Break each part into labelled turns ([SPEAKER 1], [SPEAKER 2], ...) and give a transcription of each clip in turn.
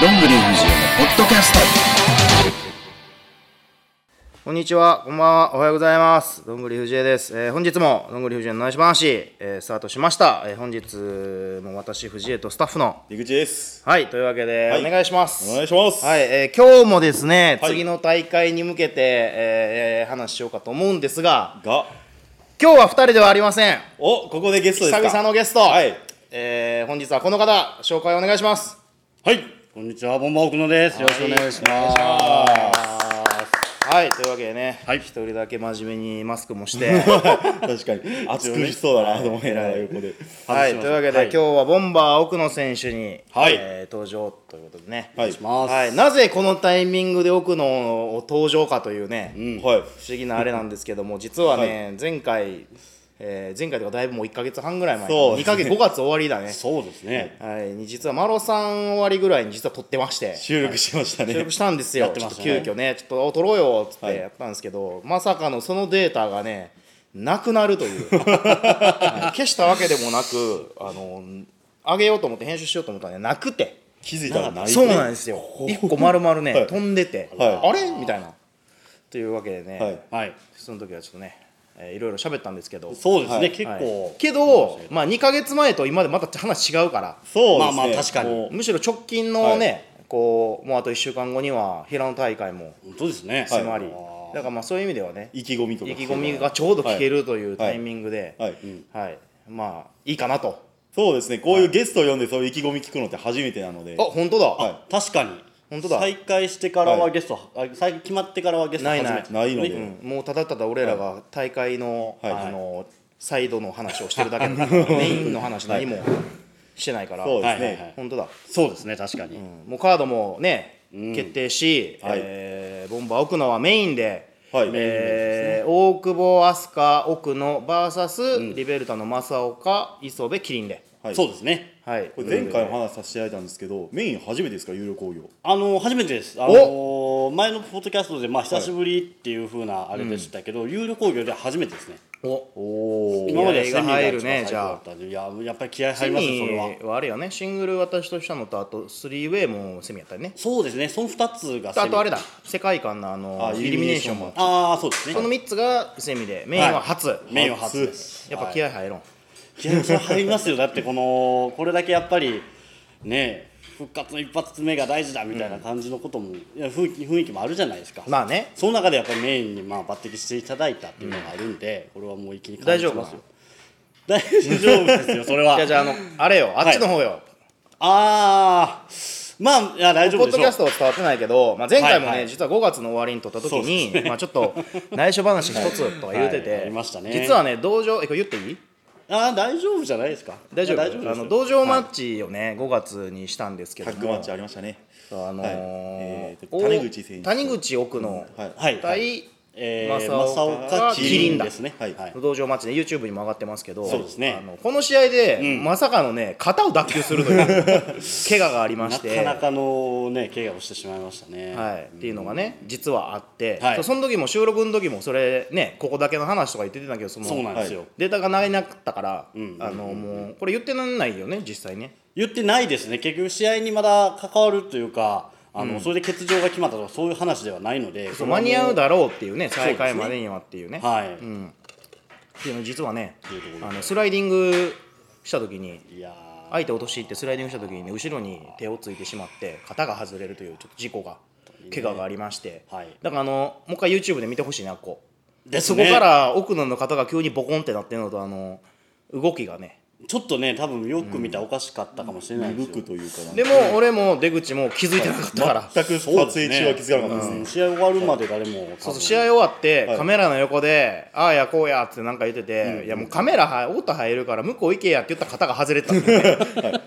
[SPEAKER 1] どんぐり藤枝のポッドキャスト
[SPEAKER 2] こんにちは、こんばんは、おはようございます。どんぐり藤江です。えー本日もどんぐり藤江の内緒話、えースタートしました。えー本日も私、藤江とスタッフの。
[SPEAKER 3] 出口です。
[SPEAKER 2] はい、というわけで、
[SPEAKER 3] はい
[SPEAKER 2] お願いします。
[SPEAKER 3] お願いします。
[SPEAKER 2] はい、えー今日もですね、
[SPEAKER 3] はい
[SPEAKER 2] 次の大会に向けて、えーえー話しようかと思うんですが、
[SPEAKER 3] が、
[SPEAKER 2] 今日は2人ではありません。
[SPEAKER 3] お、ここでゲストです
[SPEAKER 2] 久
[SPEAKER 3] か。
[SPEAKER 2] 々のゲスト。
[SPEAKER 3] はい。
[SPEAKER 2] えー本日はこの方、紹介お願いします。
[SPEAKER 4] はい、こんにちは、ボンバー奥野です。よろしくお願いします。
[SPEAKER 2] はい、というわけでね、一、
[SPEAKER 4] はい
[SPEAKER 2] 人だけ真面目にマスクも して。
[SPEAKER 3] 確かに、熱くしそうだなと思いながら横で。
[SPEAKER 2] は、
[SPEAKER 4] はいい
[SPEAKER 2] というわけで、
[SPEAKER 4] はい
[SPEAKER 2] 今日はボンバー奥野選手に、
[SPEAKER 3] はい
[SPEAKER 2] えー登場ということでね、
[SPEAKER 3] はい。
[SPEAKER 4] ます
[SPEAKER 2] はいなぜこのタイミングで奥野を登場かというね、
[SPEAKER 3] はい。
[SPEAKER 2] 不思議なあれなんですけども実はね、前回、えー前回とかだいぶもう1か月半ぐらい前
[SPEAKER 3] そう
[SPEAKER 2] 2ヶ月5月終わりだね、
[SPEAKER 4] そうですね。
[SPEAKER 2] はい、に実はマロさん終わりぐらいに実は撮ってまして
[SPEAKER 3] 収録しました
[SPEAKER 2] 収
[SPEAKER 3] ね
[SPEAKER 2] 録。したんですよ、
[SPEAKER 4] って
[SPEAKER 2] ちょ
[SPEAKER 4] ま
[SPEAKER 2] っ
[SPEAKER 4] し
[SPEAKER 2] と
[SPEAKER 4] た
[SPEAKER 2] 急
[SPEAKER 4] ね
[SPEAKER 2] 遽ね、ちょっとお撮ろうよっつっ
[SPEAKER 3] は
[SPEAKER 2] て
[SPEAKER 3] い
[SPEAKER 2] やったんですけど、まさかのそのデータがね、なくなると いう、はい消したわけでもなく、あの上げようと思って、編集しようと思ったらね、なくて、
[SPEAKER 3] 気づいたらない。
[SPEAKER 2] そうな んですよ、1個丸々ね、
[SPEAKER 3] はい
[SPEAKER 2] 飛んでて、
[SPEAKER 3] はい
[SPEAKER 2] あれみたいな。というわけでね、
[SPEAKER 3] はい。
[SPEAKER 4] はい、
[SPEAKER 2] その時はちょっとね、えーいろいろ喋ったんですけど、
[SPEAKER 4] そうですね、
[SPEAKER 3] はい
[SPEAKER 4] 結構、
[SPEAKER 2] はいけど、まあ、2か月前と今でまた話違うから。
[SPEAKER 3] そうですね。
[SPEAKER 4] まあまあ確かに
[SPEAKER 3] もう
[SPEAKER 2] むしろ直近のね、こうもうあと1週間後には平野大会も
[SPEAKER 4] 本当ですね。
[SPEAKER 3] はい
[SPEAKER 2] 迫り、だからまあそういう意味ではね
[SPEAKER 3] 意気込みとか。
[SPEAKER 2] 意気込みがちょうど聞け
[SPEAKER 3] る。
[SPEAKER 2] るというタイミングで、
[SPEAKER 3] はい。
[SPEAKER 2] はいまあいいかなと
[SPEAKER 3] そうですね。こういうゲストを呼んで、そういう意気込み聞くのって初めてなので
[SPEAKER 2] あ。本当だ、
[SPEAKER 3] は
[SPEAKER 4] 確かに。
[SPEAKER 2] 本当だ
[SPEAKER 4] 再開してから
[SPEAKER 3] は
[SPEAKER 4] はいゲスト、あ最近決まってからはゲスト
[SPEAKER 2] ない
[SPEAKER 4] 初
[SPEAKER 2] ない
[SPEAKER 4] めて。
[SPEAKER 3] ないので。
[SPEAKER 2] うんもうただただ俺らが大会の、
[SPEAKER 3] はい
[SPEAKER 2] あのサイドの話をしてるだけなのでメインの話何もしてないから、
[SPEAKER 3] そうです
[SPEAKER 4] はいはいは
[SPEAKER 3] ね
[SPEAKER 4] い。
[SPEAKER 2] 本当だ、
[SPEAKER 4] そうですね、確かに。
[SPEAKER 2] うんもうカードもね、決定し、
[SPEAKER 3] はい
[SPEAKER 2] えーボンバー奥野はメインで
[SPEAKER 3] はい。
[SPEAKER 2] えー大久保飛鳥奥野 VS リベルタの正岡磯部キリンで、
[SPEAKER 3] はい
[SPEAKER 4] そうですね。
[SPEAKER 2] はい、
[SPEAKER 3] これ前回お話しさせていただいたんですけど、メイン初めてですか、有料工業。
[SPEAKER 4] あの初めてです。あの前のポッドキャストでまあ久しぶりっていう風なあれでしたけど、有料工業では初めてですね。
[SPEAKER 2] お
[SPEAKER 3] お
[SPEAKER 4] 今までは
[SPEAKER 2] 気合が入るね
[SPEAKER 4] セミが一番最高だったんでいややっぱり気合入
[SPEAKER 2] セ
[SPEAKER 4] りますねそれは
[SPEAKER 2] ミ。はあれやねシングル私としたのとあとスリーウェイもセミやったよね
[SPEAKER 4] そうですね、その二つがセミ。
[SPEAKER 2] あとあれだ世界観のあの
[SPEAKER 3] あ
[SPEAKER 2] イルミネーションも
[SPEAKER 4] ああそうですね。
[SPEAKER 2] その3つがセミでメインは初、
[SPEAKER 4] メインは初です。
[SPEAKER 2] やっぱ
[SPEAKER 4] はい
[SPEAKER 2] 気合入ろん、
[SPEAKER 4] いやそれ入りますよだってこのこれだけやっぱりね復活の一発目が大事だみたいな感じのことも、いや雰囲気雰囲気もあるじゃないですか、
[SPEAKER 2] まあね
[SPEAKER 4] その中でやっぱりメインにまあ抜擢していただいたっていうのがあるんで、これはもう一気に
[SPEAKER 2] 大
[SPEAKER 4] 感じ
[SPEAKER 2] 丈夫
[SPEAKER 4] ま
[SPEAKER 2] か
[SPEAKER 4] すよ大丈夫ですよそれは
[SPEAKER 2] じゃあじゃああのあれよあっちの方よ、
[SPEAKER 4] ああまあいや大丈
[SPEAKER 2] ポ
[SPEAKER 4] 夫
[SPEAKER 2] ッ
[SPEAKER 4] で
[SPEAKER 2] ド
[SPEAKER 4] し
[SPEAKER 2] キ
[SPEAKER 4] ょ
[SPEAKER 2] ャ
[SPEAKER 4] う
[SPEAKER 2] ストは伝わってないけど、まあ、前回もね、
[SPEAKER 4] はいはい
[SPEAKER 2] 実は5月の終わりに撮った時
[SPEAKER 4] そう
[SPEAKER 2] に、
[SPEAKER 4] です
[SPEAKER 2] まあ、ちょっと内緒話一つとか言うてて、
[SPEAKER 4] はいはいありましたね
[SPEAKER 2] 実はね道場えこれ言っていい
[SPEAKER 4] ああ大丈夫じゃないですか
[SPEAKER 2] 大丈夫
[SPEAKER 4] いや大丈夫です
[SPEAKER 2] あ
[SPEAKER 4] よ
[SPEAKER 2] の道場マッチをね、5月にしたんですけ
[SPEAKER 3] タ
[SPEAKER 2] ど
[SPEAKER 3] ッグマッ
[SPEAKER 2] も
[SPEAKER 3] チありましたね。
[SPEAKER 2] あのー
[SPEAKER 3] はいえーと
[SPEAKER 2] お
[SPEAKER 3] 谷口選手
[SPEAKER 2] 谷口奥の
[SPEAKER 3] はい。
[SPEAKER 4] はい、は
[SPEAKER 2] 対、
[SPEAKER 4] いえー、
[SPEAKER 2] 正
[SPEAKER 4] 正
[SPEAKER 2] 岡
[SPEAKER 4] 岡
[SPEAKER 2] キ
[SPEAKER 4] キ
[SPEAKER 2] リン
[SPEAKER 4] リンですね
[SPEAKER 3] はい
[SPEAKER 4] はい
[SPEAKER 2] 道場マッチで YouTube にも上がってますけど
[SPEAKER 4] そうですね
[SPEAKER 2] あのこの試合で、まさかのね肩を脱臼するという 怪我がありま
[SPEAKER 4] な
[SPEAKER 2] して
[SPEAKER 4] かなかのね怪我をしてしまいましたね。
[SPEAKER 2] はい、っていうのがね、実はあって、
[SPEAKER 4] はい
[SPEAKER 2] その時も収録の時もそれねここだけの話とか言ってたんだけどその
[SPEAKER 4] そうなんですよ、
[SPEAKER 3] はい
[SPEAKER 2] データがないなかったから、あのもうこれ言ってなんないよね実際ね
[SPEAKER 4] 言ってないですね結局試合にまだ関わるというかあの、それで欠場が決まったとかそういう話ではないので
[SPEAKER 2] 間に合う
[SPEAKER 4] だ
[SPEAKER 2] だろうっていうね
[SPEAKER 4] うです
[SPEAKER 2] 再
[SPEAKER 4] ね
[SPEAKER 2] 開までにはっていうね
[SPEAKER 4] はい、
[SPEAKER 2] っていうの実はね
[SPEAKER 4] いうところで
[SPEAKER 2] あのスライディングした時に
[SPEAKER 4] いやー
[SPEAKER 2] 相手落とし入ってスライディングした時に、ね、後ろに手をついてしまって肩が外れるというちょっと事故が怪我がありまして、
[SPEAKER 4] はい
[SPEAKER 2] だからあのもう一回 YouTube で見てほしいなこう
[SPEAKER 4] です
[SPEAKER 2] そ
[SPEAKER 4] ね
[SPEAKER 2] こから奥野の方が急にボコンってなってるのとあの動きがね
[SPEAKER 4] ちょっとね多分よく見たらおかしかったかもしれないです
[SPEAKER 3] 動
[SPEAKER 4] よ、
[SPEAKER 3] くというかなんか
[SPEAKER 2] でも俺も出口も気づいてなかったから、
[SPEAKER 3] 全く撮
[SPEAKER 4] そうです
[SPEAKER 3] 影
[SPEAKER 4] ね
[SPEAKER 3] 中は気づかなかったですね。
[SPEAKER 4] 試合終わるまで誰も
[SPEAKER 2] そうそう
[SPEAKER 4] 多分
[SPEAKER 2] 試合終わって、
[SPEAKER 3] はい
[SPEAKER 2] カメラの横で「ああやこうや」ってなんか言ってて、いやもうカメラは音入るから向こう行けやって言った方が外れてたんで、ね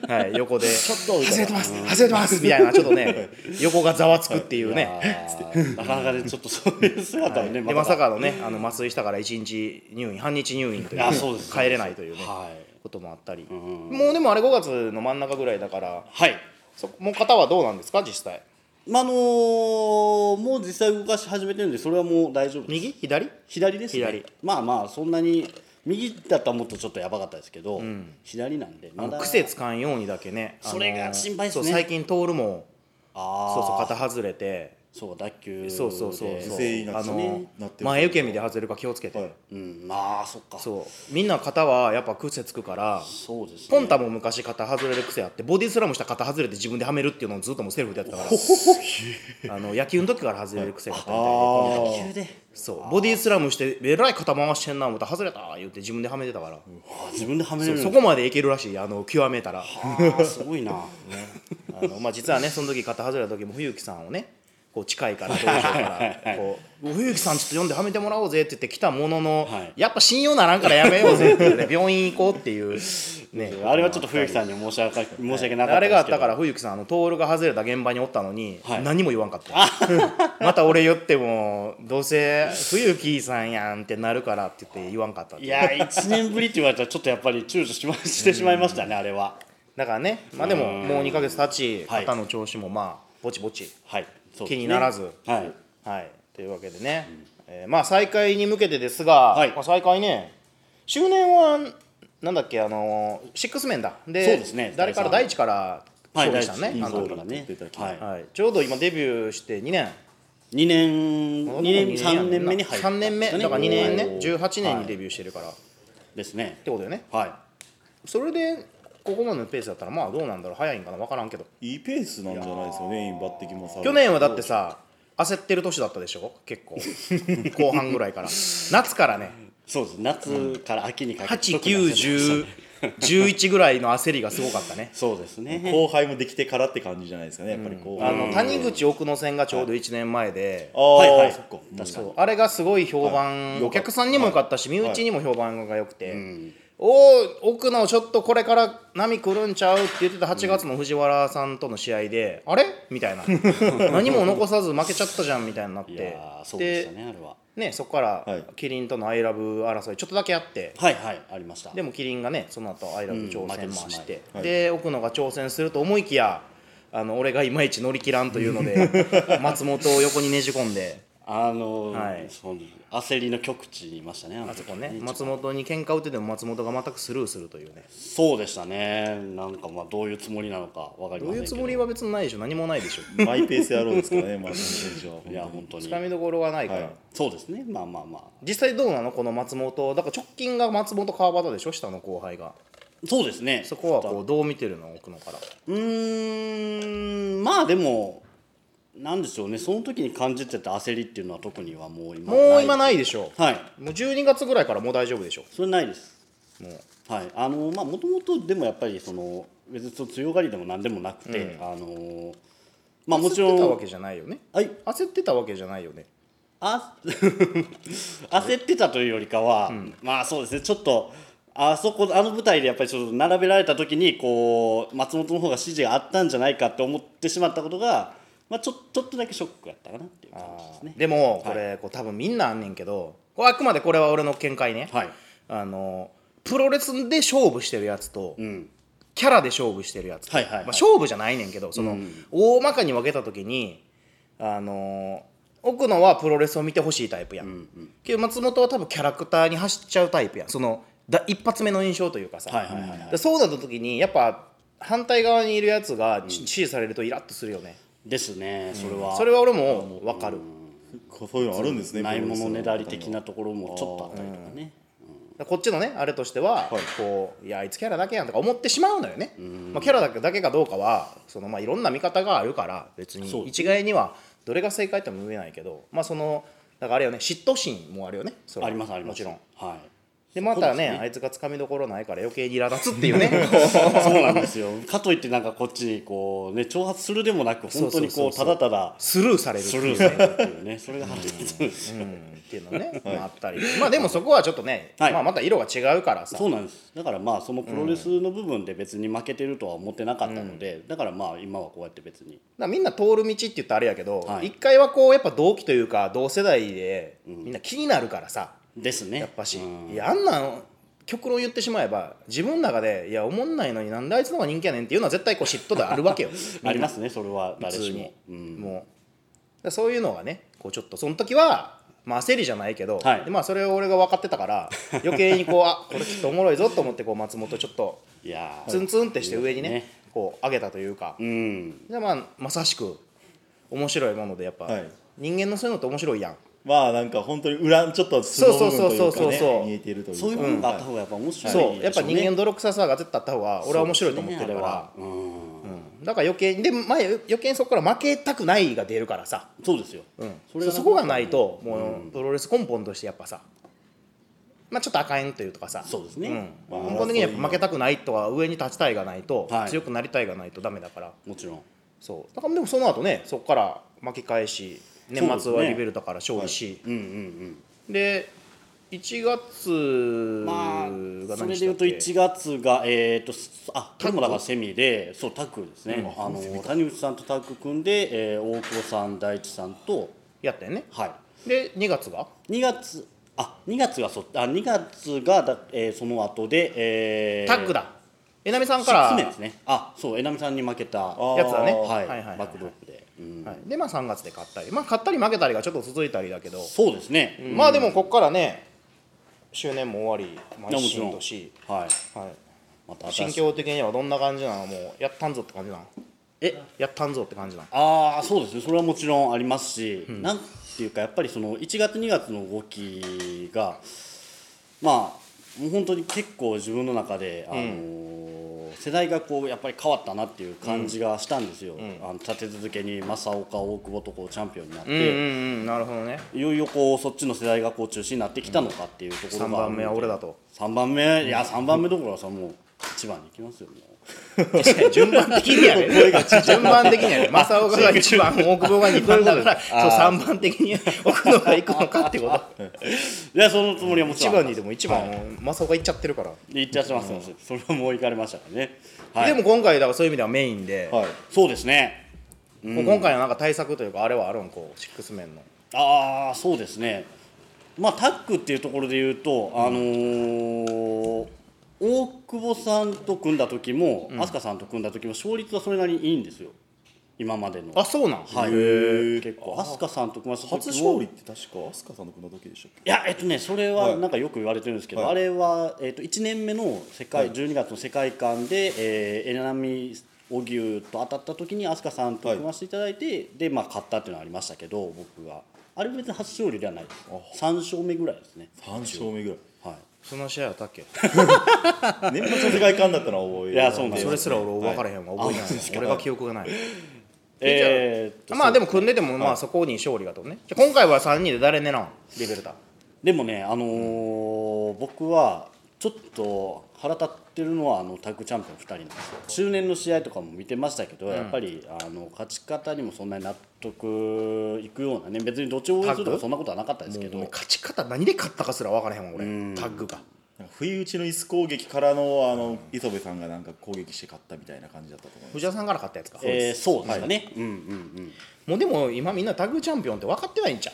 [SPEAKER 2] はい横で「ちょっと外れてます外れてます」みたいなちょっとね横がざわつくっていうね、
[SPEAKER 4] あーなかなかねちょっとそういう姿をね、
[SPEAKER 2] でまさかのねあの麻酔したから1日入院半日入院という
[SPEAKER 4] あそうです
[SPEAKER 2] 帰れないというね、
[SPEAKER 4] はい
[SPEAKER 2] こともあったり、もうでもあれ5月の真ん中ぐらいだから
[SPEAKER 4] はい
[SPEAKER 2] そもう方はどうなんですか実際
[SPEAKER 4] まああのーもう実際動かし始めてるんでそれはもう大丈夫です
[SPEAKER 2] 右左
[SPEAKER 4] 左ですね
[SPEAKER 2] 左
[SPEAKER 4] まあまあそんなに右だったらもっとちょっとやばかったですけど、左なんで
[SPEAKER 2] あ
[SPEAKER 4] ま
[SPEAKER 2] の
[SPEAKER 4] だ
[SPEAKER 2] 癖つかんようにだけねあの
[SPEAKER 4] それが心配っすね
[SPEAKER 2] そう最近徹も
[SPEAKER 4] ああ
[SPEAKER 2] そうそう肩外れて
[SPEAKER 4] そう脱臼
[SPEAKER 2] そうそうそう
[SPEAKER 4] で
[SPEAKER 2] そう
[SPEAKER 3] 犠牲にな
[SPEAKER 2] あ
[SPEAKER 3] ってね
[SPEAKER 2] の
[SPEAKER 3] なってる
[SPEAKER 2] 前受け身で外れるから気をつけて、
[SPEAKER 3] はい
[SPEAKER 4] うんまあそっかそう
[SPEAKER 2] そうみんな肩はやっぱ癖つくから
[SPEAKER 4] ですね
[SPEAKER 2] ポンタも昔肩外れる癖あってボディスラムしたら肩外れて自分ではめるっていうのをずっともうセルフでやってたからあの野球の時から外れる癖があったみたいでポンタは
[SPEAKER 4] 急で
[SPEAKER 2] そうボディスラムしてえらい肩回してんな思ったら外れた言って自分ではめてたから、
[SPEAKER 4] あ自分ではめれる
[SPEAKER 2] そ
[SPEAKER 4] んだ
[SPEAKER 2] こまでいけるらしいあの極めたら
[SPEAKER 4] あーすごいな
[SPEAKER 2] あのまあ実はねその時肩外れた時も冬木さんをねこう近いからどうしようからこう冬木さんちょっと読んではめてもらおうぜって言って来たものの、
[SPEAKER 4] はい
[SPEAKER 2] やっぱ信用ならんからやめようぜって言って、ね、病院行こうっていうね
[SPEAKER 4] あれはちょっと冬木さんに申し訳申し訳なかったですけど
[SPEAKER 2] あれがあったから冬木さんあのトールが外れた現場におったのに、
[SPEAKER 4] はい
[SPEAKER 2] 何も言わんかったまた俺言ってもどうせ冬木さんやんってなるからって言って言わんかったって
[SPEAKER 4] いや1年ぶりって言われたらちょっとやっぱり躊躇しましてしまいましたねあれは
[SPEAKER 2] だからねまあでももう2ヶ月経ち
[SPEAKER 4] はい
[SPEAKER 2] 肩の調子もまあぼちぼち
[SPEAKER 4] はいそうですね
[SPEAKER 2] 気にならず
[SPEAKER 4] はい
[SPEAKER 2] はいというわけでね、えーまあ再開に向けてですが、
[SPEAKER 4] はい
[SPEAKER 2] まあ、再開ね周年はなんだっけあのーシックスメンだで
[SPEAKER 4] そうですね
[SPEAKER 2] 誰から第
[SPEAKER 4] 第三
[SPEAKER 2] 一から
[SPEAKER 4] はい
[SPEAKER 2] そうでしたね、
[SPEAKER 4] 第一
[SPEAKER 2] あの
[SPEAKER 4] そ
[SPEAKER 2] 時
[SPEAKER 4] うだからね
[SPEAKER 3] 出てた
[SPEAKER 4] はい
[SPEAKER 2] はい、ちょうど今デビューして2年
[SPEAKER 4] 2年2年3年目に入った
[SPEAKER 2] 3年目だから2年ね
[SPEAKER 4] はい
[SPEAKER 2] 18年にデビューしてるから、っ
[SPEAKER 4] ですね
[SPEAKER 2] てことよね
[SPEAKER 4] は
[SPEAKER 2] それでここまでのペースだったらまあどうなんだろう早いんかな分からんけど
[SPEAKER 3] いいペースなんじゃないですかね今抜擢もさ
[SPEAKER 2] 去年はだってさ焦ってる年だったでしょ結 構後半ぐらいから夏からね
[SPEAKER 4] いそうです夏から秋にかけて特に焦ってましたね
[SPEAKER 2] 891011ぐらいの焦りがすごかったね
[SPEAKER 4] そうですね
[SPEAKER 3] 後輩もできてからって感じじゃないですかねやっぱりこう
[SPEAKER 2] あの谷口奥野線がちょうど1年前で、
[SPEAKER 3] ああ、
[SPEAKER 4] はいはい
[SPEAKER 3] そっか
[SPEAKER 4] 確かに
[SPEAKER 2] そうあれがすごい評判、
[SPEAKER 3] はい
[SPEAKER 2] お客さんにも良かったし、身内にも評判が良くて、おお奥のちょっとこれから波来るんちゃうって言ってた8月の藤原さんとの試合で、あれみたいな 何も残さず負けちゃったじゃんみたいになっ
[SPEAKER 4] い
[SPEAKER 2] て
[SPEAKER 4] やーそうでしたねあれは
[SPEAKER 2] ねそこから、
[SPEAKER 3] はい
[SPEAKER 2] キリンとの「アイラブ争いちょっとだけあって。
[SPEAKER 4] はいはいありました
[SPEAKER 2] でもキリンがねその後アイラブ挑戦
[SPEAKER 4] うん負けてしま
[SPEAKER 2] ま
[SPEAKER 4] い
[SPEAKER 2] して、
[SPEAKER 3] はい
[SPEAKER 2] で奥野が挑戦すると思いきやあの俺がいまいち乗り切らんというの で松本を横にねじ込んで
[SPEAKER 4] あのー
[SPEAKER 2] はい
[SPEAKER 4] その焦りの極地にいましたねあの
[SPEAKER 2] あそ
[SPEAKER 4] 時
[SPEAKER 2] こね松本に喧嘩打ってても松本が全くスルーするというね
[SPEAKER 4] そうでしたねなんかまあどういうつもりなのかわかり
[SPEAKER 2] ど
[SPEAKER 4] ま
[SPEAKER 2] うい
[SPEAKER 4] せん
[SPEAKER 2] う
[SPEAKER 4] け
[SPEAKER 2] つ
[SPEAKER 4] ど
[SPEAKER 2] もりは別にないでしょ何もないでしょ
[SPEAKER 3] マイペース野郎ですからね、 まあ、選手は。
[SPEAKER 4] いや本当
[SPEAKER 2] つ
[SPEAKER 4] に
[SPEAKER 2] かみどころがないから、
[SPEAKER 3] はい
[SPEAKER 4] そうですねまあまあまあ
[SPEAKER 2] 実際どうなのこの松本だから直近が松本川端でしょ下の後輩が
[SPEAKER 4] そうですね
[SPEAKER 2] そこはこうどう見てるの奥野から
[SPEAKER 4] うーんまあでもなんでしょうねその時に感じてた焦りっていうのは特にはもう今
[SPEAKER 2] もう今
[SPEAKER 4] い
[SPEAKER 2] ないでしょ
[SPEAKER 4] はい
[SPEAKER 2] もう12月ぐらいからもう大丈夫でしょ
[SPEAKER 4] それないです
[SPEAKER 2] もう
[SPEAKER 4] はいあのまあもともとでもやっぱりその別にその強がりでも何でもなくて、あのまあもちろ
[SPEAKER 2] 焦ってたわ
[SPEAKER 4] ん
[SPEAKER 2] けじゃないよね
[SPEAKER 4] はい
[SPEAKER 2] 焦ってたわけじゃないよね
[SPEAKER 4] あ 焦ってたというよりかは、まあそうですねちょっとあそこあの舞台でやっぱりちょっと並べられた時にこう松本の方が指示があったんじゃないかって思ってしまったことが、まあ、ちょちょっとだけショックやったかなっていう感じですね。
[SPEAKER 2] でもこれこう多分みんなあんねんけどこれあくまでこれは俺の見解ね、
[SPEAKER 4] はい
[SPEAKER 2] あのプロレスで勝負してるやつと、
[SPEAKER 4] うん、
[SPEAKER 2] キャラで勝負してるやつ、
[SPEAKER 4] はいはいは
[SPEAKER 2] ま
[SPEAKER 4] い
[SPEAKER 2] あ、勝負じゃないねんけどその、
[SPEAKER 4] うん
[SPEAKER 2] 大まかに分けた時にあのー奥野はプロレスを見てほしいタイプやん、けど松本は多分キャラクターに走っちゃうタイプやんそのだ一発目の印象というかさ、
[SPEAKER 4] はいはいはいはい
[SPEAKER 2] でそうなった時にやっぱ反対側にいるやつが支持されるとイラッとするよね、
[SPEAKER 4] ですねそれは、
[SPEAKER 2] それは俺も分かる、
[SPEAKER 3] こうそういうのあるんですね。
[SPEAKER 4] ないものねだり
[SPEAKER 3] プロレス
[SPEAKER 4] 的
[SPEAKER 3] の
[SPEAKER 4] なところもちょっとあったりとかね。
[SPEAKER 2] だからこっちのねあれとしては、
[SPEAKER 3] はい
[SPEAKER 2] こういやあいつキャラだけやんとか思ってしまうのよね、まあ、キャラだけだけかどうかはその、まあ、いろんな見方があるから別
[SPEAKER 4] そう
[SPEAKER 2] に
[SPEAKER 4] です
[SPEAKER 2] 一概にはどれが正解とも言えないけどまあそのだからあれよね嫉妬心もあるよねそれは
[SPEAKER 4] ありますあり
[SPEAKER 2] も
[SPEAKER 4] ます
[SPEAKER 2] ちろん
[SPEAKER 4] はい
[SPEAKER 2] でまた
[SPEAKER 4] そうで
[SPEAKER 2] ね
[SPEAKER 4] すね
[SPEAKER 2] あいつがつかみどころないから余計に苛立つっていう ね
[SPEAKER 4] そうなんですよかといってなんかこっちにこうね挑発するでもなく本当に
[SPEAKER 2] そ
[SPEAKER 4] こ
[SPEAKER 2] う
[SPEAKER 4] う
[SPEAKER 2] そうそうそ
[SPEAKER 4] た
[SPEAKER 2] う
[SPEAKER 4] だただ
[SPEAKER 2] スルーされるって
[SPEAKER 4] ス
[SPEAKER 2] いう
[SPEAKER 4] ルーされるっていうねそれが腹立つんですよ
[SPEAKER 2] っていうの ね、まあ、あったりまあでもそこはちょっとね、
[SPEAKER 4] はい
[SPEAKER 2] まあ、また色が違うからさ
[SPEAKER 4] そうなんですだからまあそのプロレスの部分で別に負けてるとは思ってなかったので、だからまあ今はこうやって別に
[SPEAKER 2] だからみんな通る道って言ったらあれやけど、
[SPEAKER 4] はい
[SPEAKER 2] 一回はこうやっぱ同期というか同世代でみんな気になるからさ、
[SPEAKER 4] ですね
[SPEAKER 2] やっぱし、
[SPEAKER 4] うん
[SPEAKER 2] いやあんなん極論言ってしまえば自分の中でいやおもんないのになんであいつの方が人気やねんっていうのは絶対こう嫉妬であるわけよ
[SPEAKER 4] ありますねそれは
[SPEAKER 2] 普
[SPEAKER 4] 誰
[SPEAKER 2] 通
[SPEAKER 4] し
[SPEAKER 2] に
[SPEAKER 4] も、、うん、
[SPEAKER 2] もうだからそういうのがねこうちょっとその時は、まあ、焦りじゃないけど、
[SPEAKER 4] はい
[SPEAKER 2] でまあ、それを俺が分かってたから余計にこうあこれきっとおもろいぞと思ってこう松本ちょっと
[SPEAKER 4] いやー
[SPEAKER 2] ツンツンってして上にね
[SPEAKER 4] ね
[SPEAKER 2] こう上げたというか、
[SPEAKER 4] うん
[SPEAKER 2] でまあまさしく面白いものでやっぱ、
[SPEAKER 3] はい
[SPEAKER 2] 人間のそういうのって面白いやん
[SPEAKER 3] まあなんか本当に裏ちょっと素の部分というか
[SPEAKER 2] そうそうそうそうそう
[SPEAKER 3] ね見えているというか
[SPEAKER 4] そういうものがあった方がやっぱ面白いでしょ
[SPEAKER 2] そうやっぱ人間の泥臭さが絶対あった方が俺は面白いと思ってるから
[SPEAKER 4] そうですねうん
[SPEAKER 2] だから余計にで前余計にそこから負けたくないが出るからさ、
[SPEAKER 4] そうですよ、そ
[SPEAKER 2] そ
[SPEAKER 4] れ
[SPEAKER 2] そ
[SPEAKER 4] な
[SPEAKER 2] こがないともうプロレス根本としてやっぱさまあちょっとあかんというとかさ
[SPEAKER 4] そうですね
[SPEAKER 2] う
[SPEAKER 3] ま
[SPEAKER 2] ん
[SPEAKER 3] あ
[SPEAKER 2] 根本的にやっぱ負けたくないとか上に立ちたいがないと、
[SPEAKER 4] はい
[SPEAKER 2] 強くなりたいがないとダメだから
[SPEAKER 4] もちろん
[SPEAKER 2] そうだからでもその後ねそこから巻き返し年
[SPEAKER 4] そうです
[SPEAKER 2] 末
[SPEAKER 4] ね
[SPEAKER 2] はリベルトから勝利し
[SPEAKER 4] うんうんうん
[SPEAKER 2] で,、1月
[SPEAKER 4] まあ
[SPEAKER 2] が
[SPEAKER 4] そ
[SPEAKER 2] 何
[SPEAKER 4] れ
[SPEAKER 2] し
[SPEAKER 4] で
[SPEAKER 2] た
[SPEAKER 4] いう
[SPEAKER 2] っ
[SPEAKER 4] と
[SPEAKER 2] け、
[SPEAKER 4] 1月がえっ、とすあタッグだからセミでそうタッグですね、あの谷口さんとタッグ組んで、えー大久保さん大地さんと
[SPEAKER 2] やったよね
[SPEAKER 4] はい
[SPEAKER 2] で2月が
[SPEAKER 4] 2月あ2月がそあ2月がだ、えーその後で、えー
[SPEAKER 2] タッグだえなみさんか
[SPEAKER 4] から
[SPEAKER 2] ら
[SPEAKER 4] 目ですねあそうえなみさんに負けた
[SPEAKER 2] やつだね
[SPEAKER 3] あー
[SPEAKER 4] はい
[SPEAKER 2] はいはいはい
[SPEAKER 4] バックドロップで、うん
[SPEAKER 2] はい、でまあ3月で勝ったりまあ勝ったり負けたりがちょっと続いたりだけど、
[SPEAKER 4] そうですね、
[SPEAKER 2] まあでもこっからね周年も終わり
[SPEAKER 4] い
[SPEAKER 2] 毎
[SPEAKER 4] やもち
[SPEAKER 2] 年
[SPEAKER 4] ろん
[SPEAKER 2] 年、
[SPEAKER 4] はい
[SPEAKER 2] はい、
[SPEAKER 4] また新
[SPEAKER 2] 心
[SPEAKER 4] 境
[SPEAKER 2] 境的にはどんな感じなのもうやったんぞって感じなの
[SPEAKER 4] え
[SPEAKER 2] やったんぞって感じなの
[SPEAKER 4] ああそうですねそれはもちろんありますし、なんていうかやっぱりその1月2月の動きがまあもう本当に結構自分の中で、あのー世代がこうやっぱり変わったなっていう感じがしたんですよ、あの立て続けに正岡大久保とこうチャンピオンになって、
[SPEAKER 2] うんうんうんなるほどね
[SPEAKER 4] いよいよこうそっちの世代がこう中心になってきたのかっていうところが
[SPEAKER 2] 3番目は俺だと
[SPEAKER 4] 3番目いや3番目どころかさもう1番に行きますよもう
[SPEAKER 2] 確かに順番的にはね順番的にはね正岡が1番大久保が2番だからそう3番的に奥野が行くのかって こと
[SPEAKER 4] いやそのつもりはもち
[SPEAKER 2] 1
[SPEAKER 4] ろん
[SPEAKER 2] 番にでも1
[SPEAKER 4] は
[SPEAKER 2] 番
[SPEAKER 4] い
[SPEAKER 2] 正岡行っちゃってるから、
[SPEAKER 4] で行っちゃってますよ、それはもう行かれましたからね、はい、
[SPEAKER 2] でも今回だからそういう意味ではメインで、
[SPEAKER 3] はい
[SPEAKER 4] そうですね
[SPEAKER 2] もう今回のなんか対策というかあれはあるんこうシックスメンの
[SPEAKER 4] ああそうですねまあタッグっていうところで言うと、あのー大久保さんと組んだ時も、飛鳥さんと組んだ時も勝率はそれなりにいいんですよ今までの
[SPEAKER 2] あそうなん、
[SPEAKER 4] はい結構飛鳥さんと組ませた時
[SPEAKER 3] 初
[SPEAKER 4] も
[SPEAKER 3] 勝利って確か飛鳥さんのこの時でしたっけ
[SPEAKER 4] いやえっとねそれ
[SPEAKER 3] は
[SPEAKER 4] はいなんかよく言われてるんですけど、
[SPEAKER 3] はい
[SPEAKER 4] あれは、えっと、1年目の世界、12月の世界観で、えー、エナミオギュと当たった時に飛鳥さんと組ませていただいて、でまあ勝ったっていうのはありましたけど僕があれは別に初勝利ではないです3勝目ぐらいですね
[SPEAKER 3] 3勝目ぐらい
[SPEAKER 4] は
[SPEAKER 2] その試合やったっけ
[SPEAKER 3] 年末の世界観だったのは覚えてる
[SPEAKER 4] いやそうなんです
[SPEAKER 2] それすら俺分からへんわ、覚えて
[SPEAKER 4] あ
[SPEAKER 2] ない
[SPEAKER 4] そ
[SPEAKER 2] わ
[SPEAKER 4] うですか
[SPEAKER 2] 俺が記憶がない
[SPEAKER 4] いえーっと
[SPEAKER 2] まあで
[SPEAKER 4] も
[SPEAKER 2] も組んでてもまあそこに勝利がとね、じゃあ今回は3人で誰狙うんリベルタ
[SPEAKER 4] でもねあのー僕はちょっと腹立ってるのはあのタッグチャンピオン2人なんですよ周年の試合とかも見てましたけど、やっぱりあの勝ち方にもそんなに納得いくようなね別にどっちを応援す
[SPEAKER 2] タ
[SPEAKER 4] ると
[SPEAKER 2] ッ
[SPEAKER 4] か
[SPEAKER 2] グ
[SPEAKER 4] そんなことはなかったですけど
[SPEAKER 2] もう勝ち方何で勝ったかすら分からへんわ俺タッグが
[SPEAKER 3] なんか不意打ちの椅子攻撃からのあの磯部さんがなんか攻撃して勝ったみたいな感じだったと思います
[SPEAKER 2] 藤田さんから勝ったやつか、
[SPEAKER 4] えーそうですかね、うんうんうん
[SPEAKER 2] もうでも今みんなタッグチャンピオンって分かってないんちゃう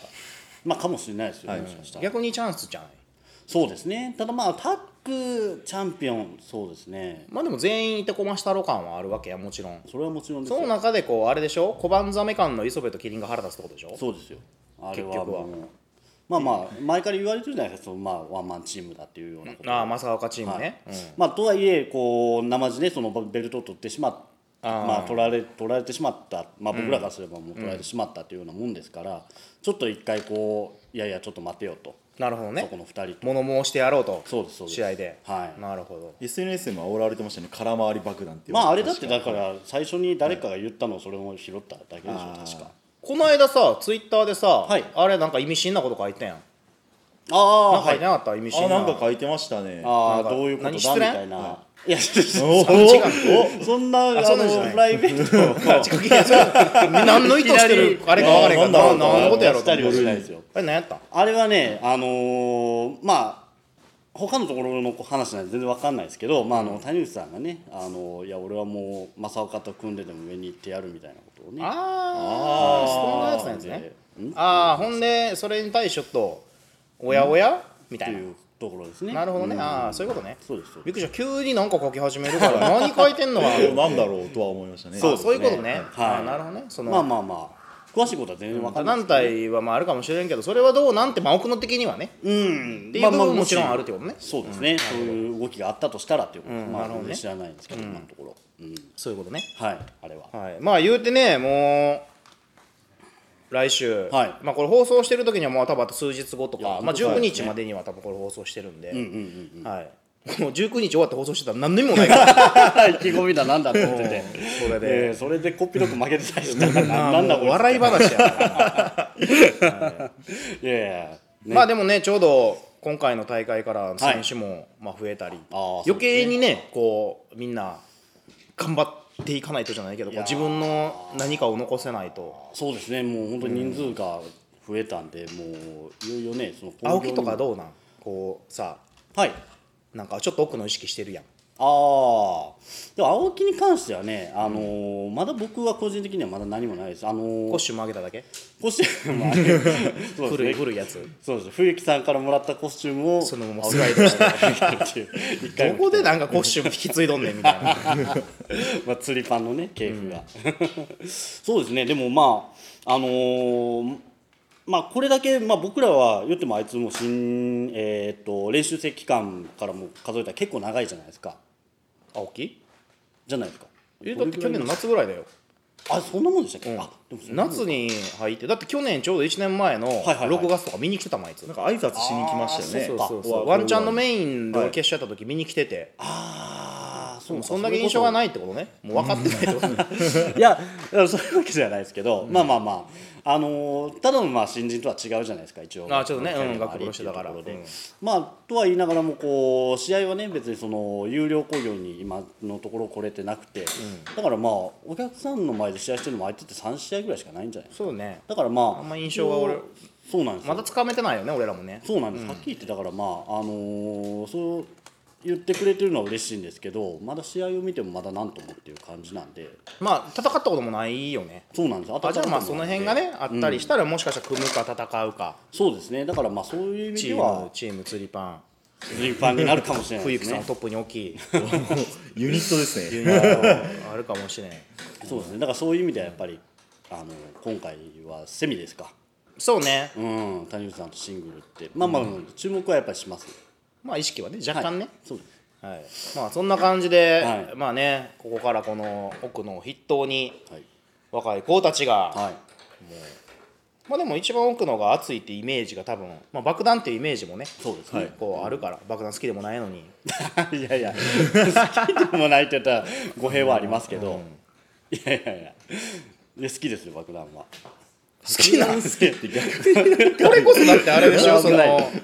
[SPEAKER 4] まあかもしれないですよ、もしかしたら
[SPEAKER 2] 逆にチャンスじゃない
[SPEAKER 4] そうですねただまあタッグチャンピオンそうですね
[SPEAKER 2] まあでも全員いてこましたろ感はあるわけやもちろん
[SPEAKER 4] それはもちろんで
[SPEAKER 2] そ
[SPEAKER 4] すよ
[SPEAKER 2] の中でこうあれでしょ小判ザメ感の磯部とキリンが腹立つってことでしょ
[SPEAKER 4] そうですよあれ
[SPEAKER 2] 結
[SPEAKER 4] は
[SPEAKER 2] 局は
[SPEAKER 4] もうまあまあ前から言われてるじゃないですかそのまあワンマンチームだっていうようなこと
[SPEAKER 2] ああ正岡チーム
[SPEAKER 4] はい
[SPEAKER 2] ね、うん
[SPEAKER 4] まあ、とはいえこう生地ねそのベルトを取ってしまっまあ、取られ取られてしまった、まあ、僕らからすればもう取られてしまったというようなもんですから、ちょっと一回こういやいやちょっと待てよと、
[SPEAKER 2] なるほど
[SPEAKER 4] そ
[SPEAKER 2] ね
[SPEAKER 4] この2人と
[SPEAKER 2] 物申してやろうと
[SPEAKER 4] そうですそうです
[SPEAKER 2] 試合で、
[SPEAKER 4] はい
[SPEAKER 2] なるほど
[SPEAKER 3] SNS でも煽られてましたね空回り爆弾っていう
[SPEAKER 4] まああれだってだか
[SPEAKER 3] 確
[SPEAKER 4] ら最初に誰かが言ったのをそれを拾っただけでしょ
[SPEAKER 3] あー
[SPEAKER 4] 確か
[SPEAKER 2] この間さツイッターでさ、
[SPEAKER 4] はい
[SPEAKER 2] あれなんか意味深なこと書いてんやん
[SPEAKER 4] ああ
[SPEAKER 2] なんか
[SPEAKER 4] は
[SPEAKER 2] 書い
[SPEAKER 4] い
[SPEAKER 2] てなかった、意味深
[SPEAKER 3] あ
[SPEAKER 2] な
[SPEAKER 3] なん か書いてましたね
[SPEAKER 4] あ
[SPEAKER 2] な
[SPEAKER 4] あ
[SPEAKER 2] んか
[SPEAKER 4] どういうことだ
[SPEAKER 2] 何
[SPEAKER 4] み
[SPEAKER 2] 失恋
[SPEAKER 4] たいな、い、や
[SPEAKER 3] お
[SPEAKER 4] そ
[SPEAKER 3] お
[SPEAKER 4] んなあ
[SPEAKER 2] あそんなんじゃな
[SPEAKER 4] の
[SPEAKER 2] い
[SPEAKER 4] プライベート を
[SPEAKER 2] いやそう何の意図してるあれか分からへんか
[SPEAKER 3] あーな
[SPEAKER 2] ら
[SPEAKER 3] んだろう
[SPEAKER 2] 何のことやろう
[SPEAKER 4] し
[SPEAKER 2] と
[SPEAKER 4] た
[SPEAKER 2] 思
[SPEAKER 4] り
[SPEAKER 2] う
[SPEAKER 4] はしないですよ
[SPEAKER 2] あれ何やったん
[SPEAKER 4] あれはね、あのーまあ他のところの話なんで全然わかんないですけど、まあ、あの谷口さんがね、あのいや俺はもう正岡と組んででも上に行ってやるみたいなことをね
[SPEAKER 2] ああそんなやつなんですね
[SPEAKER 4] でんっ
[SPEAKER 2] ああほんでそれに対してちょっとおやおやみた
[SPEAKER 4] て
[SPEAKER 2] い
[SPEAKER 4] いうところですね
[SPEAKER 2] ななるほどね
[SPEAKER 4] うん
[SPEAKER 2] ああそういうことね
[SPEAKER 4] そうですそう
[SPEAKER 2] び
[SPEAKER 4] で
[SPEAKER 2] っくりした急になんか書き始める から何書いてんのかなと思って
[SPEAKER 3] なんだろうとは思いましたね
[SPEAKER 2] そうそういうことね。
[SPEAKER 4] はい
[SPEAKER 2] あなるほどね。そ
[SPEAKER 4] す
[SPEAKER 2] の
[SPEAKER 4] まあまあまあ詳しいことは全然分かんない
[SPEAKER 2] 何体はまああるかもしれんけどそれはどうなんてまあ奥野的にはね
[SPEAKER 4] うん
[SPEAKER 2] っていう部分ももちろんあるってことね
[SPEAKER 4] そうですね、そういう動きがあったとしたらっていうこと、
[SPEAKER 2] うん
[SPEAKER 4] まあ
[SPEAKER 2] なるほどね
[SPEAKER 4] 知らないんですけど、今のところ、うん、
[SPEAKER 2] そういうことね
[SPEAKER 4] はいあれは
[SPEAKER 2] はいまあ言うてねもう来週、
[SPEAKER 4] はい
[SPEAKER 2] まあこれ放送してる時にはもう多分あと数日後と
[SPEAKER 4] いや
[SPEAKER 2] か、まあ、
[SPEAKER 4] 本当そう
[SPEAKER 2] 19
[SPEAKER 4] です
[SPEAKER 2] 日
[SPEAKER 4] ね
[SPEAKER 2] までには多分これ放送してるんで、
[SPEAKER 4] うんうんうん
[SPEAKER 2] はいもう19日終わって放送してたら何にもないから
[SPEAKER 4] 意気込みだなんだと思ってて
[SPEAKER 2] それで
[SPEAKER 4] えー それでこっぴどく負けてたりしたらななんだこれ
[SPEAKER 2] 笑い話やから
[SPEAKER 4] いやいやね
[SPEAKER 2] まあでもねちょうど今回の大会から選手もまあ増えたり、
[SPEAKER 4] あー
[SPEAKER 2] 余計にねこうみんな頑張っていかないとじゃないけどこう自分の何かを残せないと
[SPEAKER 4] そうですねもう本当に人数が増えたんで、もういよいよねその興行
[SPEAKER 2] 青木とか
[SPEAKER 4] に
[SPEAKER 2] どうなんこうさ
[SPEAKER 4] はい
[SPEAKER 2] なんかちょっと奥の意識してるやん
[SPEAKER 4] ああでも青木に関してはね、あのーまだ僕は個人的にはまだ何もないですあのー、
[SPEAKER 2] コッシュも上げただけ
[SPEAKER 4] コスチュームは ねそうです
[SPEAKER 2] 古
[SPEAKER 4] ね
[SPEAKER 2] い古いやつ
[SPEAKER 4] そうです冬木さんからもらったコスチュームを
[SPEAKER 2] そのままスライドして
[SPEAKER 4] っていう一回
[SPEAKER 2] ど
[SPEAKER 4] も
[SPEAKER 2] こでなんかコッシュも引き継いどんねんみたい な
[SPEAKER 4] まあ、釣りパンのね系譜が、 そうですねでもまああのーまあこれだけ、まあ、僕らは言ってもあいつも新、えー、と練習生期間からも数えたら結構長いじゃないですか
[SPEAKER 2] 青木
[SPEAKER 4] じゃないですか
[SPEAKER 2] えだって去年の夏ぐらいだよ
[SPEAKER 4] あそんなもんでしたっけ、あでもそんなもん
[SPEAKER 2] 夏に入ってだって去年ちょうど1年前の
[SPEAKER 4] はいはいはい
[SPEAKER 2] 6月とか見に来てたもんあいつ
[SPEAKER 3] なんか挨拶しに来ましたよね
[SPEAKER 2] そう
[SPEAKER 4] あ
[SPEAKER 2] そうそ
[SPEAKER 3] あ
[SPEAKER 2] うワンチャンのメインで俺決勝やった時見に来てて、
[SPEAKER 4] あーそうか
[SPEAKER 2] そんだけ印象が
[SPEAKER 4] い
[SPEAKER 2] ないってことねもう分かってないってことね
[SPEAKER 4] いやそういうわけじゃないですけど、まあまあまあ、あのーただのまあ新人とは違うじゃないですか一応
[SPEAKER 2] あちょっとね
[SPEAKER 4] 学校
[SPEAKER 2] うん
[SPEAKER 4] キャリアがあ
[SPEAKER 2] 学
[SPEAKER 4] り
[SPEAKER 2] 部の人だから
[SPEAKER 4] っていうところで
[SPEAKER 2] う
[SPEAKER 4] まあとは言いながらもこう試合はね別にその有料興行に今のところこれてなくて、だからまあお客さんの前で試合してるのも相手って3試合ぐらいしかないんじゃない
[SPEAKER 2] そうね
[SPEAKER 4] だからまあ
[SPEAKER 2] あんま印象が俺
[SPEAKER 4] そうなんですよ
[SPEAKER 2] まだつかめてないよね俺らもね
[SPEAKER 4] そうなんです、はっきり言ってだからまああのーそう言ってくれてるのは嬉しいんですけどまだ試合を見てもまだなんともっていう感じなんで
[SPEAKER 2] まあ戦ったこともないよね
[SPEAKER 4] そうなんです
[SPEAKER 2] あじゃあまあ
[SPEAKER 4] 温かく
[SPEAKER 2] そ
[SPEAKER 4] も
[SPEAKER 2] の
[SPEAKER 4] んで
[SPEAKER 2] 辺がねあったりしたらもしかしたら組むか戦うか
[SPEAKER 4] そうですねだからまあそういう意味
[SPEAKER 2] チ
[SPEAKER 4] で
[SPEAKER 2] ーム
[SPEAKER 4] は
[SPEAKER 2] チーム釣りパン
[SPEAKER 4] 一般になるかもしれない
[SPEAKER 2] 冬
[SPEAKER 4] で
[SPEAKER 2] 木
[SPEAKER 4] す
[SPEAKER 2] さんを
[SPEAKER 4] ね
[SPEAKER 2] トップに置き
[SPEAKER 3] ユニットですね
[SPEAKER 2] あるかもしれん
[SPEAKER 4] そうですねだからそういう意味ではやっぱりあの今回はセミですか
[SPEAKER 2] そうね
[SPEAKER 4] うん谷口さんとシングルってまあまあ注目はやっぱりします、
[SPEAKER 2] まあ意識はね若干ね、
[SPEAKER 4] そうです
[SPEAKER 2] はいまあそんな感じで、
[SPEAKER 4] はい
[SPEAKER 2] まあねここからこの奥の筆頭に
[SPEAKER 4] はい、
[SPEAKER 2] 若い子たちが
[SPEAKER 4] はい、
[SPEAKER 2] まあでも一番奥のが熱いってイメージが多分、まあ、爆弾っていうイメージもね
[SPEAKER 4] そうですね、
[SPEAKER 2] こうあるから爆弾好きでもないのに
[SPEAKER 4] い、やいや好きでもないって言ったら語弊はありますけど、いやいやいやいや好きですよ爆弾は
[SPEAKER 2] 好きなん
[SPEAKER 4] 好きって逆
[SPEAKER 2] これこそだってあれでしょその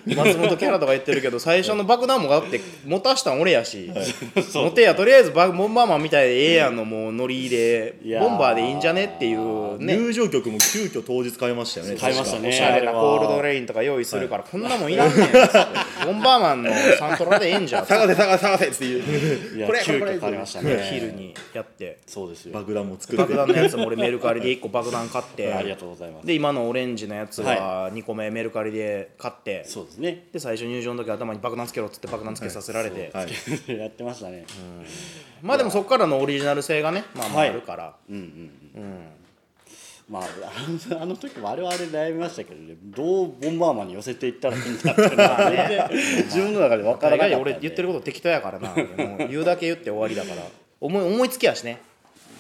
[SPEAKER 4] 危な
[SPEAKER 2] 松本キャラとか言ってるけど最初の爆弾もだって持たしたん俺やし持てやとりあえずバボンバーマンみたいでええやんのもうノリで
[SPEAKER 4] いやー
[SPEAKER 2] ボンバーでいいんじゃねっていうね
[SPEAKER 3] 入場曲も急遽当日変えましたよね
[SPEAKER 4] 変えましたね
[SPEAKER 2] おしゃれなコールドレインとか用意するからこんなもんいらんねんっつってボンバーマンのサントラでええんじゃん
[SPEAKER 3] 確か探せ探せ探せっていう
[SPEAKER 4] いや
[SPEAKER 3] これ
[SPEAKER 4] 急
[SPEAKER 3] これ
[SPEAKER 4] 遽変わりましたね
[SPEAKER 2] 昼にやって
[SPEAKER 4] そうですよ
[SPEAKER 3] 爆弾も作っ
[SPEAKER 2] 爆
[SPEAKER 3] て
[SPEAKER 2] 弾のやつも俺メルカリで1個爆弾買って
[SPEAKER 4] ありがとうございます
[SPEAKER 2] で今のオレンジのやつは2個目メルカリで買って、
[SPEAKER 4] そうですね
[SPEAKER 2] で最初入場の時頭に爆弾つけろっつって爆弾つけさせられて、
[SPEAKER 3] はい
[SPEAKER 4] やってましたね、
[SPEAKER 2] まあでもそこからのオリジナル性がね、まあ、まあ
[SPEAKER 4] はい
[SPEAKER 2] あるから、
[SPEAKER 4] まあ、あのあの 時もあれはあれ悩みましたけどねどうボンバーマンに寄せていったらいいんだっていうのは全然 自分の中で分から
[SPEAKER 2] 大
[SPEAKER 4] なかっ
[SPEAKER 2] 概
[SPEAKER 4] た
[SPEAKER 2] 俺言ってること適当やからなもう言うだけ言って終わりだから 思い思いつきやしね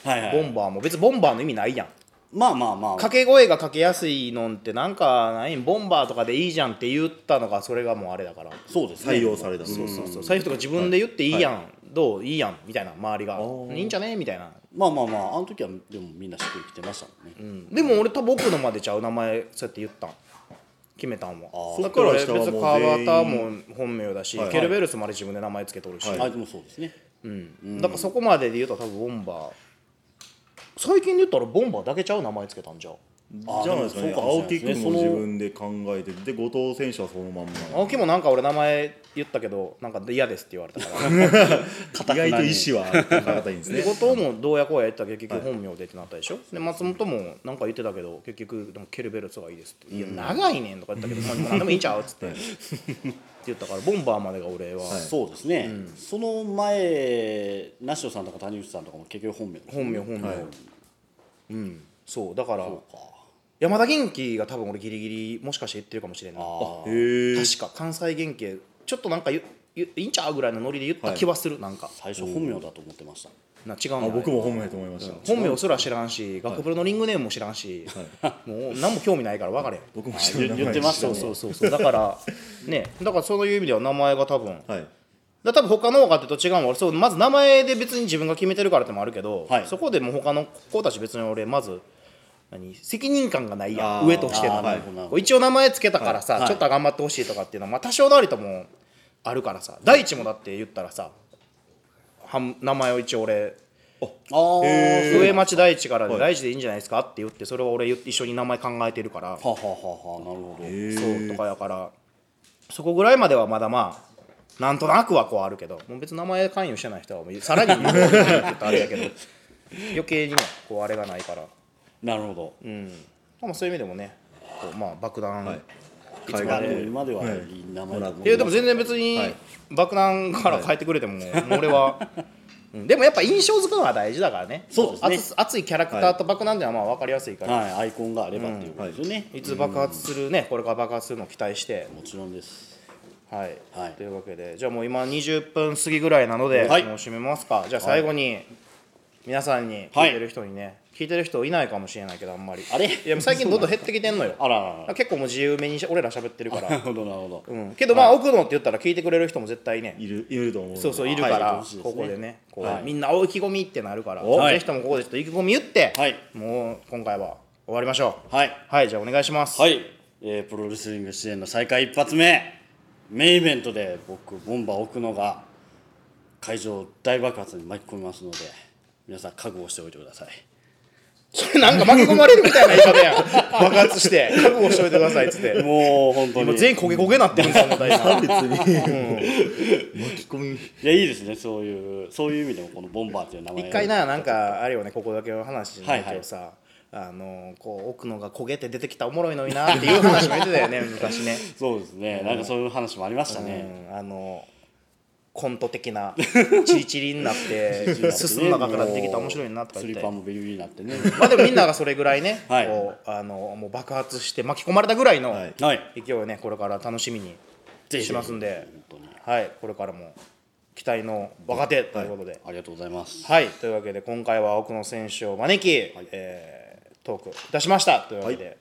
[SPEAKER 4] と、はいはい
[SPEAKER 2] ボンバーも別にボンバーの意味ないやん
[SPEAKER 4] まあまあまあ
[SPEAKER 2] 掛け声がかけやすいのんってなんかないんボンバーとかでいいじゃんって言ったのがそれがもうあれだから
[SPEAKER 4] そうですね
[SPEAKER 3] 採用されたそう
[SPEAKER 2] そうそう財布とか自分で言っていいやん、どういいやんみたいな周りがいいんじゃねみたいな
[SPEAKER 4] まあまあまああの時はでもみんなしっくりきてましたもんね、
[SPEAKER 2] でも俺多分奥のまでちゃう名前そうやって言ったん決めたんは
[SPEAKER 3] ー
[SPEAKER 2] だから俺
[SPEAKER 3] そっから下はもう
[SPEAKER 2] 別
[SPEAKER 3] 全員
[SPEAKER 2] に川端も本名だし、
[SPEAKER 3] はい
[SPEAKER 2] ケルベルスまで自分で名前つけておるし、
[SPEAKER 4] あいつもそうですね
[SPEAKER 2] うん、だからそこまでで言うと多分ボンバー最近で言ったらボンバーだけちゃう名前つけたんじゃう
[SPEAKER 4] あ
[SPEAKER 3] じゃないですかね
[SPEAKER 4] でもそう
[SPEAKER 3] 青
[SPEAKER 4] かもしれ
[SPEAKER 3] 木
[SPEAKER 4] ないですね
[SPEAKER 3] 君も自分で考えてで後藤選手はそのまんま
[SPEAKER 2] 青木もなんか俺名前言ったけどなんか嫌ですって言われたから
[SPEAKER 3] 意外と意志は高いんですね
[SPEAKER 2] で後藤もどうやこうや言ったら結局本名でってなったでしょ、で松本もなんか言ってたけど結局でもケルベルスがいいですって「いや長いねん」とか言った けど「まあ、何でもいいんちゃう?」っつってって言ったからボンバーまでが俺は
[SPEAKER 4] そうですね、その前ナショさんとか谷口さんとかも結局本名ですね
[SPEAKER 2] 本名本名、うんそうだから
[SPEAKER 4] そうか
[SPEAKER 2] 山田元気が多分俺ギリギリもしかして言ってるかもしれない
[SPEAKER 4] あー
[SPEAKER 3] へえ
[SPEAKER 2] 確か関西原型ちょっとなんかゆゆいいんちゃうぐらいのノリで言った気はする、なんか
[SPEAKER 4] 最初本名だと思ってました
[SPEAKER 2] な違うんだ、
[SPEAKER 3] あ
[SPEAKER 2] ね、
[SPEAKER 3] 僕も本名と思いました、
[SPEAKER 2] 本名すら知らんし学部のリングネームも知らんし、もう何も興味ないから分かれへん
[SPEAKER 3] 僕も知らない
[SPEAKER 4] あ言言ってまし
[SPEAKER 2] そ
[SPEAKER 4] たね
[SPEAKER 2] うそうそうそうだからねだからそういう意味では名前が多分だか
[SPEAKER 3] はい
[SPEAKER 2] ら多分他の方がってと違うもん俺そうまず名前で別に自分が決めてるからってのもあるけど、
[SPEAKER 4] はい
[SPEAKER 2] そこでもう他の子たち別に俺まず何責任感がないや
[SPEAKER 3] あ
[SPEAKER 2] ん
[SPEAKER 3] ー
[SPEAKER 2] 上として
[SPEAKER 4] あ
[SPEAKER 2] の、
[SPEAKER 4] ーなるほどなるほど
[SPEAKER 2] 一応名前つけたからさ、
[SPEAKER 4] はい
[SPEAKER 2] ちょっと頑張ってほしいとかっていうのは、まあ、多少なりともあるからさ大地もだって言ったらさはん名前を一応俺
[SPEAKER 4] あー
[SPEAKER 3] へ
[SPEAKER 2] 上町大地からで
[SPEAKER 3] はい
[SPEAKER 2] 大地でいいんじゃないですかって言ってそれを俺言って一緒に名前考えてるから
[SPEAKER 4] ははははなるほど
[SPEAKER 3] へ
[SPEAKER 2] そうと
[SPEAKER 3] ー
[SPEAKER 2] かやからそこぐらいまではまだまあなんとなくはこうあるけどもう別に名前関与してない人はもうさらにって言ったらあれやけど 余計にねこうあれがないから、
[SPEAKER 4] なるほど
[SPEAKER 2] まあ、そういう意味でもねこうまあ爆弾、、
[SPEAKER 3] はいい
[SPEAKER 4] つ
[SPEAKER 3] 海
[SPEAKER 4] ま
[SPEAKER 3] 外
[SPEAKER 4] でも
[SPEAKER 3] で
[SPEAKER 4] 今では
[SPEAKER 3] はい
[SPEAKER 4] い名前だと思
[SPEAKER 2] やでも全然
[SPEAKER 4] 別
[SPEAKER 2] 別に
[SPEAKER 3] はい
[SPEAKER 2] 爆弾から変えてくれても,、もう俺は。うんでもやっぱ印象付くのは大事だからね
[SPEAKER 4] そうですね
[SPEAKER 2] 熱熱いキャラクターと爆弾ではまあ分かりやすいから、
[SPEAKER 4] はいアイコンがあればっていうことですよね
[SPEAKER 2] い、つ爆発するねこれから爆発するのを期待して
[SPEAKER 4] もちろんです
[SPEAKER 2] はい、
[SPEAKER 4] はい
[SPEAKER 2] というわけでじゃあもう今20分過ぎぐらいなので、
[SPEAKER 4] はい
[SPEAKER 2] もう締めますかじゃあ最後に、皆さんに
[SPEAKER 4] は
[SPEAKER 2] 聞
[SPEAKER 4] い
[SPEAKER 2] いてる人にね、聞いてる人いないかもしれないけどあんまり
[SPEAKER 4] あれ
[SPEAKER 2] いやもう最近どんどん減ってきてんのよ
[SPEAKER 4] あらららら
[SPEAKER 2] 結構もう自由めにし俺ら喋ってるか
[SPEAKER 4] なる
[SPEAKER 2] ら、
[SPEAKER 4] ほどなるほど
[SPEAKER 2] うん、けどまあ、奥野って言ったら聞いてくれる人も絶対ね
[SPEAKER 3] いるいると思うので
[SPEAKER 2] そうそういるから、
[SPEAKER 4] はいそうですね
[SPEAKER 2] ここでねこう、
[SPEAKER 4] はい
[SPEAKER 2] みんなお意気込みってなるから、
[SPEAKER 4] はい
[SPEAKER 2] ぜひともここでちょっと意気込み言って、
[SPEAKER 4] はい
[SPEAKER 2] もう今回は終わりましょう
[SPEAKER 4] はい
[SPEAKER 2] はいじゃあお願いします、
[SPEAKER 4] はい、えープロレスリング支援の再開一発目メインイベントで僕ボンバー奥野が会場を大爆発に巻き込みますので皆さん覚悟しておいてください
[SPEAKER 2] それなんか巻き込まれるみたいな言い方やん 爆発して覚悟しといてくださいっつって
[SPEAKER 4] もう本当
[SPEAKER 2] 今
[SPEAKER 4] に
[SPEAKER 2] 全員焦げ焦げなってるんですよ、もう大体
[SPEAKER 3] 巻き込み
[SPEAKER 4] いやいいですねそういうそういう意味でもこのボンバーっていう名前を
[SPEAKER 2] 一回な、なんかあれよね、ここだけの話じゃないけどさ、あのこう奥のが焦げて出てきたらおもろいのになっていう話も言ってたよ ね、昔ね。
[SPEAKER 4] そうですね、なんかそういう話もありましたね、
[SPEAKER 2] うん、あのコント的な、チリチリになって、進んだ中から出てきたら面白いなとか
[SPEAKER 4] ス
[SPEAKER 2] 言っ
[SPEAKER 4] リ
[SPEAKER 2] て
[SPEAKER 4] ッパ。ンもビリビリになっ てね
[SPEAKER 2] まあでもみんながそれぐらいね、
[SPEAKER 4] はい
[SPEAKER 2] こうあのもう爆発して巻き込まれたぐらいの
[SPEAKER 3] はい
[SPEAKER 4] はい
[SPEAKER 2] 勢いをね、これから楽しみに
[SPEAKER 4] ぜひ
[SPEAKER 2] しますんで
[SPEAKER 4] 本当に、
[SPEAKER 2] はい、これからも期待の若手ということで。
[SPEAKER 4] ありがとうございます
[SPEAKER 2] はい、というわけで今回は奥野選手を招き、えートークいたしましたというわけで、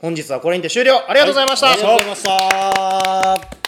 [SPEAKER 2] 本日はこれにて終了ありがとうございました、
[SPEAKER 4] ありがとうございました